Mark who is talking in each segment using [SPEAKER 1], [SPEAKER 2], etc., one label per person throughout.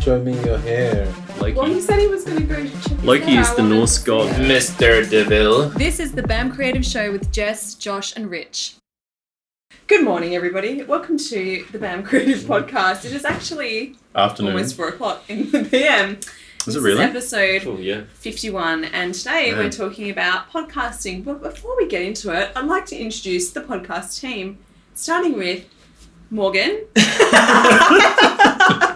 [SPEAKER 1] show me your hair.
[SPEAKER 2] Well, he
[SPEAKER 3] Loki.
[SPEAKER 2] said he was going to go check. his
[SPEAKER 3] Loki
[SPEAKER 2] hair
[SPEAKER 3] is
[SPEAKER 2] out.
[SPEAKER 3] the
[SPEAKER 2] I wanted
[SPEAKER 3] Norse
[SPEAKER 2] to
[SPEAKER 3] god.
[SPEAKER 4] Mr. Deville.
[SPEAKER 5] This is the BAM Creative Show with Jess, Josh, and Rich.
[SPEAKER 2] see- Good morning, everybody. Welcome to the BAM Creative Podcast. It is actually
[SPEAKER 3] Afternoon.
[SPEAKER 2] almost four o'clock in the PM.
[SPEAKER 3] Is
[SPEAKER 2] This
[SPEAKER 3] it really?
[SPEAKER 2] episode
[SPEAKER 4] Oh, yeah.
[SPEAKER 2] 51, and today
[SPEAKER 3] Yeah.
[SPEAKER 2] we're talking about podcasting. But before we get into it, I'd like to introduce the podcast team, starting with Morgan.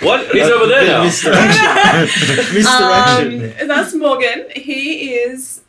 [SPEAKER 4] What? He's over there now.
[SPEAKER 3] Mr. Action. Mr.
[SPEAKER 2] Um,
[SPEAKER 3] Action.
[SPEAKER 2] that's Morgan. He is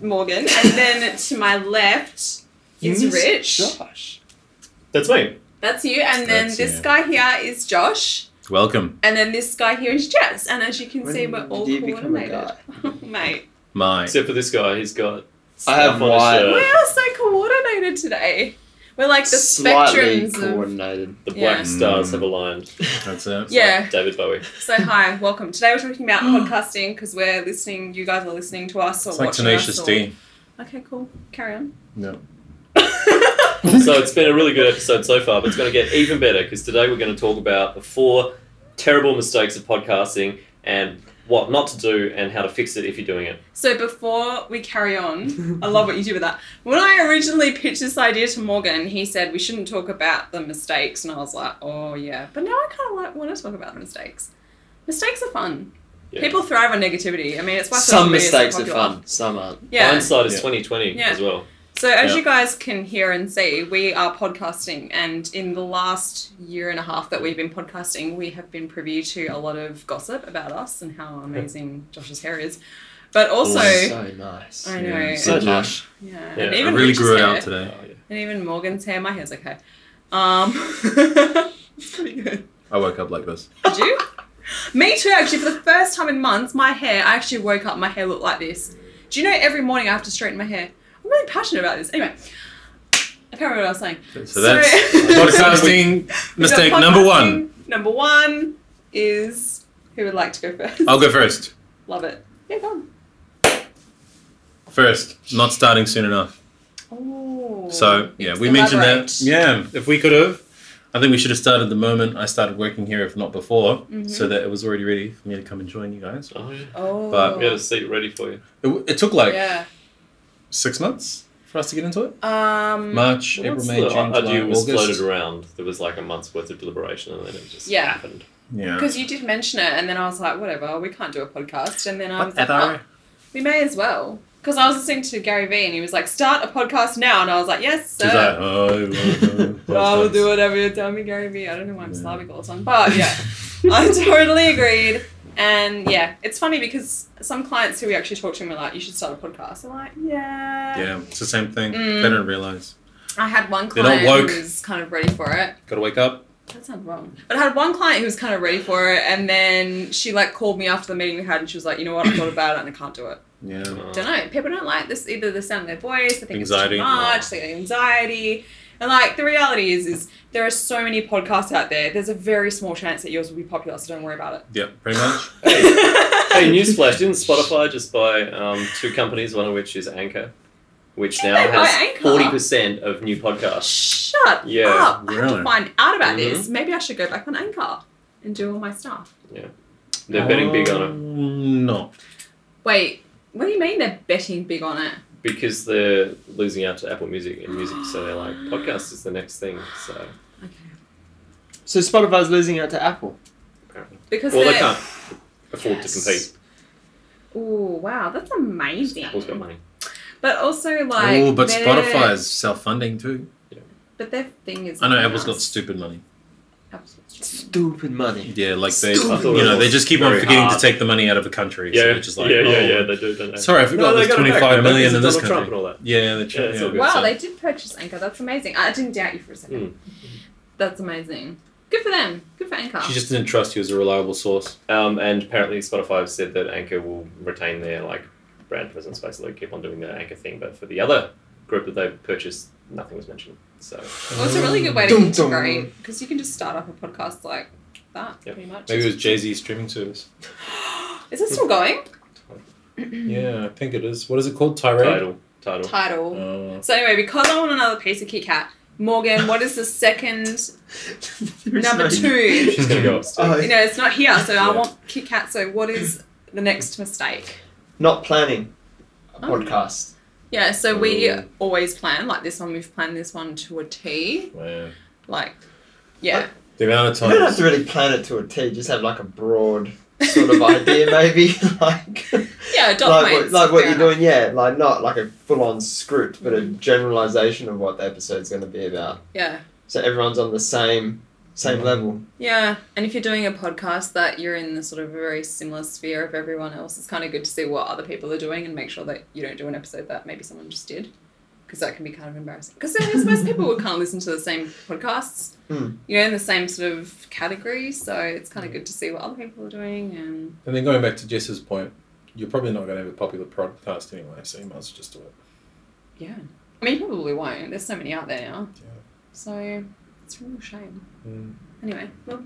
[SPEAKER 2] Morgan. And then to my left is Rich.
[SPEAKER 4] Josh. That's me.
[SPEAKER 2] That's you. And then
[SPEAKER 3] That's
[SPEAKER 2] this
[SPEAKER 3] you.
[SPEAKER 2] guy here is Josh.
[SPEAKER 3] Welcome,
[SPEAKER 2] And then this guy here is Jess. And as you can
[SPEAKER 6] When
[SPEAKER 2] see, we're all
[SPEAKER 6] did you become a
[SPEAKER 2] coordinated. Oh,
[SPEAKER 6] guy?
[SPEAKER 2] Mate,
[SPEAKER 3] my.
[SPEAKER 4] Except for this guy, he's got.
[SPEAKER 6] I have
[SPEAKER 4] stuff on his
[SPEAKER 6] white.
[SPEAKER 3] Uh,
[SPEAKER 2] we
[SPEAKER 4] shirt.
[SPEAKER 2] are so coordinated today. We're like the
[SPEAKER 6] Slightly
[SPEAKER 2] spectrums of.
[SPEAKER 6] coordinated.
[SPEAKER 4] The black
[SPEAKER 2] Yeah.
[SPEAKER 4] stars
[SPEAKER 3] Mm.
[SPEAKER 4] have aligned.
[SPEAKER 3] That's it.
[SPEAKER 2] Yeah.
[SPEAKER 4] David Bowie.
[SPEAKER 2] So hi, welcome. Today we're talking about podcasting because we're listening. You guys are listening to us or
[SPEAKER 3] It's like
[SPEAKER 2] watching
[SPEAKER 3] Tenacious
[SPEAKER 2] us. or-
[SPEAKER 3] D.
[SPEAKER 2] Okay, cool. Carry on.
[SPEAKER 3] No.
[SPEAKER 4] So it's been a really good episode so far, but it's going to get even better because today we're going to talk about the four terrible mistakes of podcasting and what not to do and how to fix it if you're doing it.
[SPEAKER 2] So before we carry on, I love what you do with that. When I originally pitched this idea to Morgan, he said we shouldn't talk about the mistakes, and I was like, oh yeah. But now I kind of like want to talk about the mistakes. Mistakes are fun.
[SPEAKER 4] Yeah.
[SPEAKER 2] People thrive on negativity. I mean, it's why social
[SPEAKER 6] Some
[SPEAKER 2] media is so
[SPEAKER 6] mistakes are
[SPEAKER 2] popular.
[SPEAKER 6] fun, some aren't.
[SPEAKER 2] Yeah.
[SPEAKER 4] Hindsight is
[SPEAKER 3] Yeah.
[SPEAKER 4] 2020
[SPEAKER 2] Yeah.
[SPEAKER 4] as well.
[SPEAKER 2] So as
[SPEAKER 3] Yeah.
[SPEAKER 2] you guys can hear and see, we are podcasting, and in the last year and a half that we've been podcasting, we have been privy to a lot of gossip about us and how amazing Josh's hair is. But also,
[SPEAKER 6] Oh, so nice.
[SPEAKER 2] I know,
[SPEAKER 3] Yeah,
[SPEAKER 6] So
[SPEAKER 2] and-
[SPEAKER 6] lush.
[SPEAKER 2] yeah,
[SPEAKER 4] Yeah,
[SPEAKER 2] and
[SPEAKER 4] I
[SPEAKER 3] I
[SPEAKER 2] even
[SPEAKER 3] really
[SPEAKER 2] Rich's
[SPEAKER 3] grew it
[SPEAKER 2] hair,
[SPEAKER 3] out
[SPEAKER 4] Oh,
[SPEAKER 3] today.
[SPEAKER 4] yeah.
[SPEAKER 2] And even Morgan's hair, my hair's okay. Um, it's pretty good.
[SPEAKER 3] I woke up like this.
[SPEAKER 2] Did you? Me too, actually. For the first time in months, my hair, I actually woke up, my hair looked like this. Do you know every morning I have to straighten my hair? I'm really passionate about this. Anyway, I can't remember what I was saying.
[SPEAKER 3] So that's
[SPEAKER 2] We've got
[SPEAKER 3] podcasting mistake number one.
[SPEAKER 2] podcasting. Number one is who would like to go first?
[SPEAKER 3] I'll go first.
[SPEAKER 2] Love it. Yeah, go on.
[SPEAKER 3] First, not starting soon enough.
[SPEAKER 2] Oh.
[SPEAKER 3] So yeah, we mentioned that.
[SPEAKER 2] Elaborate.
[SPEAKER 3] Yeah, if we could have, I think we should have started the moment I started working here, if not before,
[SPEAKER 2] Mm-hmm.
[SPEAKER 3] so that it was already ready for me to come and join you guys. It,
[SPEAKER 4] Oh, yeah.
[SPEAKER 2] Oh.
[SPEAKER 3] But
[SPEAKER 4] We had a seat ready for you.
[SPEAKER 3] w- it took like
[SPEAKER 2] yeah.
[SPEAKER 3] six months for us to get into it.
[SPEAKER 2] Um,
[SPEAKER 3] March, April,
[SPEAKER 4] Once
[SPEAKER 3] May,
[SPEAKER 4] the
[SPEAKER 3] June, July,
[SPEAKER 4] idea was floated
[SPEAKER 3] August.
[SPEAKER 4] around. There was like a month's worth of deliberation, and then it just
[SPEAKER 2] Yeah.
[SPEAKER 4] happened.
[SPEAKER 3] Yeah.
[SPEAKER 2] Because you did mention it, and then I was like, whatever, we can't do a podcast. And then I was like,
[SPEAKER 3] Whatever.
[SPEAKER 2] "Oh, we may as well. Because I was listening to Gary Vee, and he was like, start a podcast now. And I was like, yes,
[SPEAKER 3] She's
[SPEAKER 2] sir.
[SPEAKER 3] like, oh,
[SPEAKER 2] Well, I will do
[SPEAKER 3] it.
[SPEAKER 2] whatever you tell me, Gary Vee. I don't know why I'm
[SPEAKER 3] Yeah.
[SPEAKER 2] Slavic all the time. But yeah, I totally agreed. And yeah, it's funny because some clients who we actually talked to and were like, you should start a podcast. I'm like, yeah.
[SPEAKER 3] Yeah, it's the same thing.
[SPEAKER 2] Mm.
[SPEAKER 3] They don't realize.
[SPEAKER 2] I had one
[SPEAKER 3] They're not
[SPEAKER 2] client who
[SPEAKER 3] woke.
[SPEAKER 2] was kind of ready for it.
[SPEAKER 3] Got to wake up.
[SPEAKER 2] That sounds wrong. But I had one client who was kind of ready for it, and then she like called me after the meeting we had, and she was like, "You know what? I thought about it, and I can't do it.
[SPEAKER 3] Yeah.
[SPEAKER 4] Uh,
[SPEAKER 2] Don't know. People don't like this either. The sound of their voice. They think
[SPEAKER 3] Anxiety.
[SPEAKER 2] it's too much. They get anxiety." And like the reality is, is there are so many podcasts out there. There's a very small chance that yours will be popular, so don't worry about it.
[SPEAKER 3] Yeah, pretty much.
[SPEAKER 4] Uh, hey, newsflash! Didn't Spotify just buy um, two companies? One of which is Anchor, which
[SPEAKER 2] Did
[SPEAKER 4] now
[SPEAKER 2] they buy
[SPEAKER 4] has
[SPEAKER 2] Anchor?
[SPEAKER 4] forty percent of new podcasts.
[SPEAKER 2] Shut
[SPEAKER 4] Yeah, Mm-hmm.
[SPEAKER 2] up! I have
[SPEAKER 3] really.
[SPEAKER 2] to find out about this. Maybe I should go back on Anchor and do all my stuff.
[SPEAKER 4] They're betting big on it
[SPEAKER 3] Um, No.
[SPEAKER 2] Wait, what do you mean they're betting big on it?
[SPEAKER 4] because they're losing out to Apple Music and music. So they're like, podcast is the next thing. So
[SPEAKER 2] Okay.
[SPEAKER 6] So Spotify's losing out to Apple.
[SPEAKER 4] apparently,
[SPEAKER 2] Because
[SPEAKER 4] well, they
[SPEAKER 2] they're-
[SPEAKER 4] can't afford to
[SPEAKER 6] Yes.
[SPEAKER 4] compete.
[SPEAKER 2] Oh wow, that's amazing.
[SPEAKER 4] Apple's got money.
[SPEAKER 2] But also like
[SPEAKER 3] oh, but
[SPEAKER 2] their-
[SPEAKER 3] Spotify is self-funding too.
[SPEAKER 2] But their thing is.
[SPEAKER 3] I know
[SPEAKER 2] nothing
[SPEAKER 3] Apple's got
[SPEAKER 2] else.
[SPEAKER 3] stupid money.
[SPEAKER 2] Apple's got stupid.
[SPEAKER 6] Stupid money.
[SPEAKER 3] Yeah, like they,
[SPEAKER 6] Stupid.
[SPEAKER 4] I thought it
[SPEAKER 3] you know, they
[SPEAKER 4] was
[SPEAKER 3] just keep on
[SPEAKER 4] very
[SPEAKER 3] forgetting
[SPEAKER 4] hard.
[SPEAKER 3] to take the money out of a country. so
[SPEAKER 4] Yeah,
[SPEAKER 3] they're just like,
[SPEAKER 4] yeah, yeah,
[SPEAKER 3] oh,
[SPEAKER 4] yeah. They do, don't they?
[SPEAKER 3] Sorry, I forgot
[SPEAKER 4] No, they
[SPEAKER 3] there's
[SPEAKER 4] got it back,
[SPEAKER 3] 25 million
[SPEAKER 4] remember,
[SPEAKER 3] in this
[SPEAKER 4] because of Donald Trump
[SPEAKER 3] country.
[SPEAKER 4] and all that.
[SPEAKER 3] Yeah, they
[SPEAKER 4] Yeah, it's all
[SPEAKER 3] yeah.
[SPEAKER 4] good.
[SPEAKER 2] Wow,
[SPEAKER 4] so-
[SPEAKER 2] they did purchase Anchor. That's amazing. I didn't doubt you for a second.
[SPEAKER 4] Hmm.
[SPEAKER 2] That's amazing. Good for them. Good for Anchor.
[SPEAKER 3] She just didn't trust you as a reliable source.
[SPEAKER 4] Um, and apparently, Spotify have said that Anchor will retain their like brand presence. Basically, keep on doing their Anchor thing. But for the other group that they purchased, nothing was mentioned. So
[SPEAKER 2] well, it's a really good way to
[SPEAKER 6] Dum dum.
[SPEAKER 2] integrate because you can just start up a podcast like that
[SPEAKER 4] Yep.
[SPEAKER 2] pretty much.
[SPEAKER 3] Maybe it was Jay Z's streaming service.
[SPEAKER 2] is it still going?
[SPEAKER 4] Hmm.
[SPEAKER 6] Hmm.
[SPEAKER 3] Yeah, I think it is. What is it called? Tirade?
[SPEAKER 4] title, title.
[SPEAKER 2] Title.
[SPEAKER 3] Oh.
[SPEAKER 2] So anyway, because I want another piece of Kit Kat, Morgan, what is the second
[SPEAKER 6] There is
[SPEAKER 2] number
[SPEAKER 6] no-
[SPEAKER 2] two?
[SPEAKER 4] She's gonna go
[SPEAKER 6] Oh,
[SPEAKER 4] upstairs.
[SPEAKER 2] You know, it's not here, so
[SPEAKER 4] Yeah.
[SPEAKER 2] I want Kit Kat. So, what is the next mistake?
[SPEAKER 6] not planning a
[SPEAKER 2] Oh.
[SPEAKER 6] podcast.
[SPEAKER 2] Yeah, so we
[SPEAKER 6] Mm.
[SPEAKER 4] Ooh.
[SPEAKER 2] always plan like this one. We've planned this one to a T.
[SPEAKER 3] Man.
[SPEAKER 2] Like, yeah,
[SPEAKER 3] The amount of
[SPEAKER 6] You don't
[SPEAKER 3] times.
[SPEAKER 6] have to really plan it to a T. Just have like a broad sort of idea, maybe like
[SPEAKER 2] yeah, dot
[SPEAKER 6] like what,
[SPEAKER 2] points.
[SPEAKER 6] like what
[SPEAKER 2] fair
[SPEAKER 6] you're
[SPEAKER 2] enough.
[SPEAKER 6] doing. Yeah, like not like a full-on script, but a generalization of what the episode's going to be about.
[SPEAKER 2] Yeah,
[SPEAKER 6] So everyone's on the same same
[SPEAKER 4] Mm.
[SPEAKER 6] level.
[SPEAKER 2] yeah. And if you're doing a podcast that you're in the sort of very similar sphere of everyone else, it's kind of good to see what other people are doing and make sure that you don't do an episode that maybe someone just did, because that can be kind of embarrassing. Because I suppose people would kind of listen to the same podcasts,
[SPEAKER 6] Mm.
[SPEAKER 2] you know, in the same sort of category. So it's
[SPEAKER 6] Hmm.
[SPEAKER 2] kind of good to see what other people are doing and
[SPEAKER 3] And then going back to Jess's point, you're probably not going to have a popular podcast anyway, so you might as well just do it.
[SPEAKER 2] yeah. I mean, you probably won't. There's so many out there now.
[SPEAKER 3] Yeah.
[SPEAKER 2] So it's a real shame.
[SPEAKER 3] Mm.
[SPEAKER 2] Anyway, well,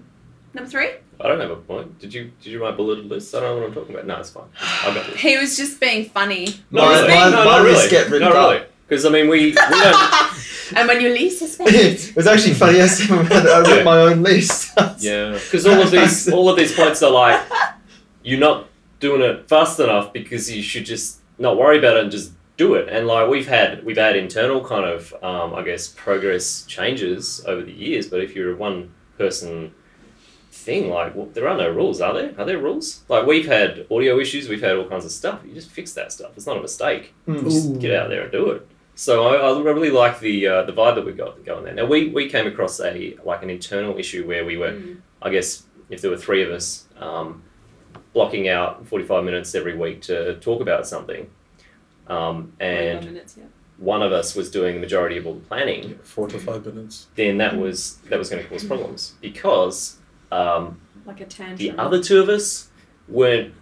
[SPEAKER 2] number three.
[SPEAKER 4] I don't have a point. Did you did you write bulleted list? I don't know what I'm talking about. No, it's fine. I've got this.
[SPEAKER 2] He was just being funny.
[SPEAKER 4] No,
[SPEAKER 6] Mine-
[SPEAKER 4] really.
[SPEAKER 6] mine-
[SPEAKER 4] no,
[SPEAKER 6] mine
[SPEAKER 4] not really.
[SPEAKER 6] just get ripped
[SPEAKER 4] not
[SPEAKER 6] up.
[SPEAKER 4] really. Because I mean, we, we don't.
[SPEAKER 2] And when you least suspect.
[SPEAKER 6] it was actually funny yesterday when I wrote my own list.
[SPEAKER 3] Yeah.
[SPEAKER 4] Because all of these all of these points are like you're not doing it fast enough because you should just not worry about it and just do it. And like we've had we've had internal kind of um, I guess progress changes over the years. But if you're a one person thing, like well, there are no rules, are there? Are there rules? Like we've had audio issues, we've had all kinds of stuff. You just fix that stuff. It's not a mistake.
[SPEAKER 6] Mm.
[SPEAKER 4] Just get out there and do it. So I, I really like the uh, the vibe that we got going there. Now we, we came across a like an internal issue where we were I guess if there were three of us um, blocking out 45 minutes every week to talk about something, um, and one of us was doing the majority of all the planning,
[SPEAKER 3] Yeah, Four to five minutes.
[SPEAKER 4] then that was that was going to cause problems because um,
[SPEAKER 2] like a
[SPEAKER 4] the
[SPEAKER 2] tangent.
[SPEAKER 4] other two of us weren't.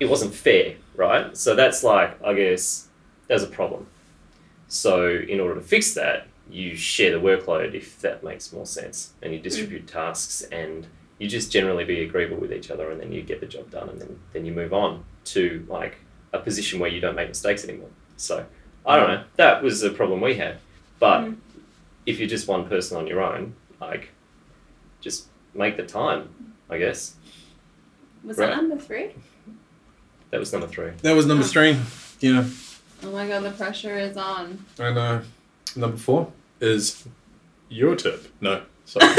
[SPEAKER 4] It wasn't fair, right? So that's like I guess that's a problem. So in order to fix that, you share the workload if that makes more sense, and you distribute tasks, and you just generally be agreeable with each other, and then you get the job done, and then then you move on to like a position where you don't make mistakes anymore. So I don't know. That was the problem we had, but
[SPEAKER 2] Mm.
[SPEAKER 4] if you're just one person on your own, like just make the time, I guess.
[SPEAKER 2] was
[SPEAKER 4] Right.
[SPEAKER 2] that number three?
[SPEAKER 4] That was number three.
[SPEAKER 3] That was number
[SPEAKER 2] Oh.
[SPEAKER 3] three. Yeah,
[SPEAKER 2] Oh my god, the pressure is on.
[SPEAKER 3] I know. Number four is your tip. No, sorry.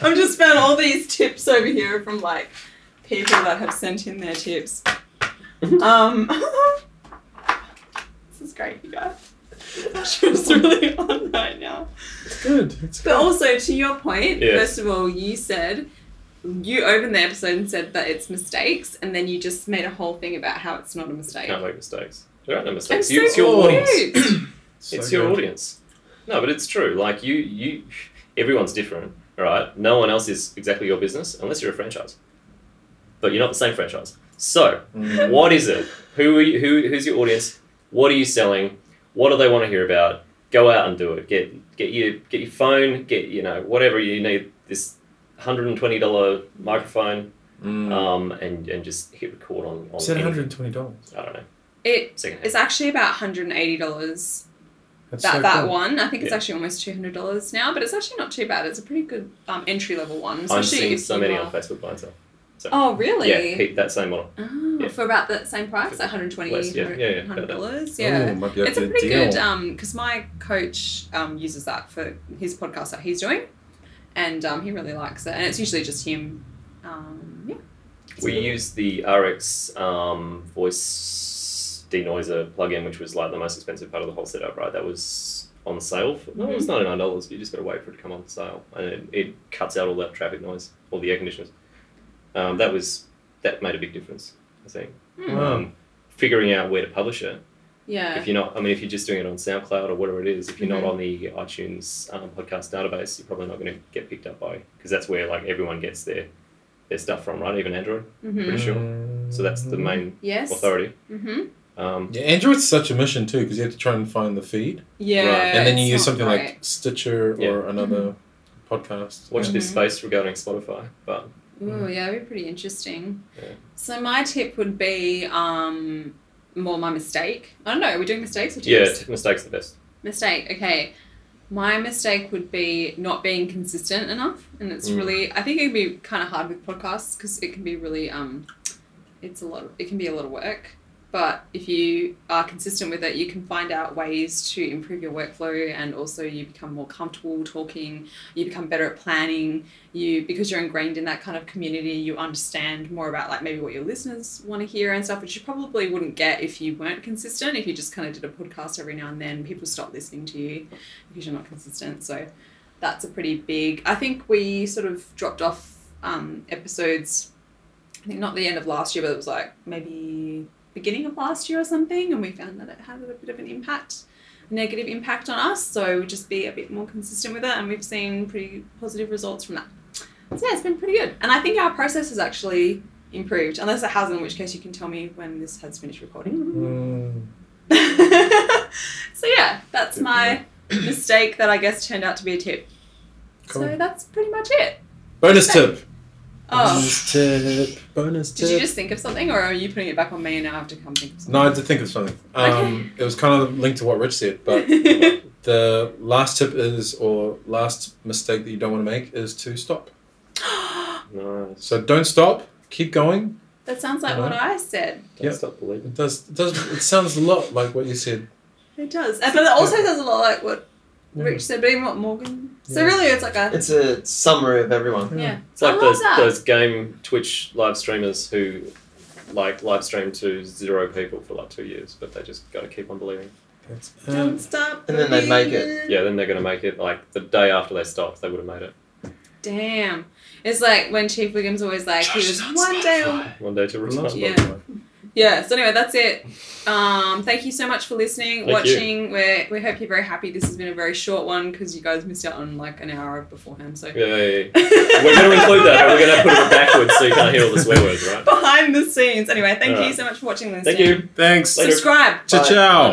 [SPEAKER 2] I've just found all these tips over here from like people that have sent in their tips. Um, this is great, you guys. The pressure is really on right now.
[SPEAKER 3] it's good. It's
[SPEAKER 2] But also to your point,
[SPEAKER 4] Yeah.
[SPEAKER 2] first of all, you said you opened the episode and said that it's mistakes, and then you just made a whole thing about how it's not a mistake.
[SPEAKER 4] Can't make mistakes. There are no
[SPEAKER 2] I'm
[SPEAKER 4] mistakes.
[SPEAKER 2] so
[SPEAKER 4] You, it's your audience.
[SPEAKER 2] confused.
[SPEAKER 3] so
[SPEAKER 4] It's your
[SPEAKER 3] good.
[SPEAKER 4] audience. No, but it's true. Like you, you, everyone's different, right? No one else is exactly your business unless you're a franchise. But you're not the same franchise. So,
[SPEAKER 3] Mm.
[SPEAKER 4] what is it? Who are you, who who's your audience? What are you selling? What do they want to hear about? Go out and do it. Get get your get your phone. Get you know whatever you need. This hundred and twenty dollar microphone.
[SPEAKER 3] Mm.
[SPEAKER 4] Um, and and just hit record on on.
[SPEAKER 3] Is that
[SPEAKER 4] any-
[SPEAKER 3] $120?
[SPEAKER 4] I don't know.
[SPEAKER 2] It
[SPEAKER 4] Second hand.
[SPEAKER 2] is actually about hundred and eighty dollars. That
[SPEAKER 3] That's so
[SPEAKER 2] that
[SPEAKER 3] cool.
[SPEAKER 2] one, I think it's
[SPEAKER 4] Yeah.
[SPEAKER 2] actually almost two hundred dollars now, but it's actually not too bad. It's a pretty good um, entry level one.
[SPEAKER 4] I'm
[SPEAKER 2] especially
[SPEAKER 4] seeing
[SPEAKER 2] if
[SPEAKER 4] so
[SPEAKER 2] you
[SPEAKER 4] many
[SPEAKER 2] are-
[SPEAKER 4] on Facebook by myself.
[SPEAKER 2] Oh really?
[SPEAKER 4] Yeah, hit that same model.
[SPEAKER 2] Oh,
[SPEAKER 4] Yeah.
[SPEAKER 2] for about the same price,
[SPEAKER 4] For
[SPEAKER 2] like 120
[SPEAKER 4] less, yeah, yeah, yeah, about that.
[SPEAKER 2] dollars.
[SPEAKER 3] Ooh,
[SPEAKER 2] Oh, Yeah,
[SPEAKER 3] might be able
[SPEAKER 2] it's
[SPEAKER 3] to
[SPEAKER 2] a pretty
[SPEAKER 3] deal.
[SPEAKER 2] good um because my coach um uses that for his podcast that he's doing, and um he really likes it, and it's usually just him. Um, yeah. It's
[SPEAKER 4] We
[SPEAKER 2] really-
[SPEAKER 4] used the RX um, voice denoiser plugin, which was like the most expensive part of the whole setup, right? That was on sale. For, no, it
[SPEAKER 2] Mm-hmm.
[SPEAKER 4] was ninety nine dollars. You just got to wait for it to come on sale, and it, it cuts out all that traffic noise, all the air conditioners. Um, that was that made a big difference, I think.
[SPEAKER 2] Hmm.
[SPEAKER 4] Um, figuring out where to publish it.
[SPEAKER 2] yeah. Mm-hmm.
[SPEAKER 4] If you're not, I mean, if you're just doing it on SoundCloud or whatever it is, if you're not on the iTunes um, podcast database, you're probably not going to get picked up by because that's where like everyone gets their their stuff from, right? Even Android,
[SPEAKER 2] hmm
[SPEAKER 4] pretty sure. So that's the main
[SPEAKER 2] Mm-hmm. Yes.
[SPEAKER 4] authority.
[SPEAKER 2] hmm
[SPEAKER 4] Um,
[SPEAKER 3] Yeah, Android's such a mission too because you have to try and find the feed,
[SPEAKER 2] Yeah.
[SPEAKER 3] and then you
[SPEAKER 2] it's
[SPEAKER 3] use
[SPEAKER 2] not
[SPEAKER 3] something
[SPEAKER 2] great.
[SPEAKER 3] like Stitcher
[SPEAKER 4] Yeah.
[SPEAKER 3] or another podcast.
[SPEAKER 4] watch this
[SPEAKER 2] Mhm.
[SPEAKER 4] space regarding Spotify, but
[SPEAKER 2] Ooh, yeah, that'd be pretty interesting.
[SPEAKER 4] Mm. Yeah.
[SPEAKER 2] So my tip would be um, more my mistake. I don't know. Are we doing mistakes or
[SPEAKER 4] yeah,
[SPEAKER 2] tips?
[SPEAKER 4] mistakes are the best.
[SPEAKER 2] Mistake. Okay. My mistake would be not being consistent enough, and it's
[SPEAKER 6] Mm.
[SPEAKER 2] really I think it can be kind of hard with podcasts because it can be really um, it's a lot. Of, it can be a lot of work, but if you are consistent with it, you can find out ways to improve your workflow, and also you become more comfortable talking. You become better at planning. You because you're ingrained in that kind of community, you understand more about like maybe what your listeners want to hear and stuff, which you probably wouldn't get if you weren't consistent. If you just kind of did a podcast every now and then, people stop listening to you because you're not consistent. So that's a pretty big. I think we sort of dropped off um, episodes. I think not the end of last year, but it was like maybe beginning of last year or something, and we found that it had a bit of an impact, negative impact on us. So just be a bit more consistent with it, and we've seen pretty positive results from that. So yeah, it's been pretty good, and I think our process has actually improved. Unless it hasn't, in which case you can tell me when this has finished recording.
[SPEAKER 3] Mm,
[SPEAKER 2] so yeah, that's my mistake that I guess turned out to be a tip. So
[SPEAKER 3] Cool.
[SPEAKER 2] that's pretty much it.
[SPEAKER 3] Bonus tip.
[SPEAKER 2] Oh,
[SPEAKER 3] Bonus tip. Bonus
[SPEAKER 2] did you
[SPEAKER 3] tip.
[SPEAKER 2] just think of something, or are you putting it back on me and now I have to come think of something?
[SPEAKER 3] No, I had to think of something. Um, It was kind of linked to what Rich said, but the last tip is, or last mistake that you don't want to make is to stop.
[SPEAKER 4] Nice.
[SPEAKER 3] So don't stop. Keep going.
[SPEAKER 2] that sounds like what I said.
[SPEAKER 4] Don't
[SPEAKER 3] Yep.
[SPEAKER 4] stop believing.
[SPEAKER 3] It does. It does. It sounds a lot like what you said.
[SPEAKER 2] It does, Uh, but it also sounds a lot like what Rich said, but even what Morgan. So
[SPEAKER 3] Yeah.
[SPEAKER 2] really, it's like a
[SPEAKER 6] It's a summary of everyone.
[SPEAKER 2] yeah.
[SPEAKER 4] It's like
[SPEAKER 2] I love
[SPEAKER 4] those,
[SPEAKER 2] that.
[SPEAKER 4] those game Twitch live streamers who like live stream to zero people for like two years, but they just got to keep on believing.
[SPEAKER 2] Don't stop.
[SPEAKER 6] And then they make it.
[SPEAKER 2] believing.
[SPEAKER 4] Yeah, then they're going to make it. Like the day after they stopped, they would have made it.
[SPEAKER 2] Damn, it's like when Chief Wiggum's always like he was one day. away.
[SPEAKER 4] One day to retire.
[SPEAKER 2] Yeah. yeah so anyway that's it um thank you so much for listening
[SPEAKER 4] Thank you.
[SPEAKER 2] watching we're, we hope you're very happy this has been a very short one because you guys missed out on like an hour beforehand so
[SPEAKER 4] Yeah, yeah, yeah. We're going to include that, but we're going to put it backwards so you can't hear all the swear words, right?
[SPEAKER 2] behind the scenes anyway thank you
[SPEAKER 4] Alright.
[SPEAKER 2] so much for watching this
[SPEAKER 4] Thank you.
[SPEAKER 3] Thanks.
[SPEAKER 4] Later.
[SPEAKER 2] subscribe
[SPEAKER 3] Ciao. ciao.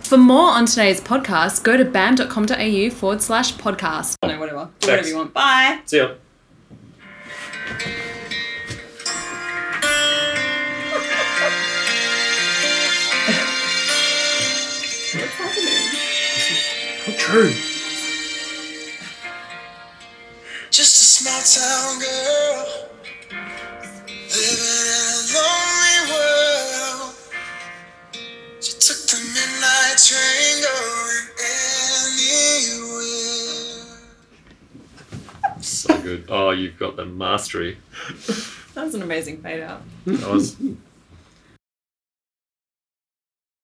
[SPEAKER 5] For more on today's podcast, go to bam.com.au forward slash podcast.
[SPEAKER 2] no whatever Do whatever
[SPEAKER 4] Thanks.
[SPEAKER 2] you want bye
[SPEAKER 4] See ya.
[SPEAKER 2] what's happening
[SPEAKER 3] True.
[SPEAKER 1] Just a small town girl living in a lonely world. She took the midnight train going anywhere.
[SPEAKER 4] So good. Oh, you've got the mastery.
[SPEAKER 2] that was an amazing fade out
[SPEAKER 3] That was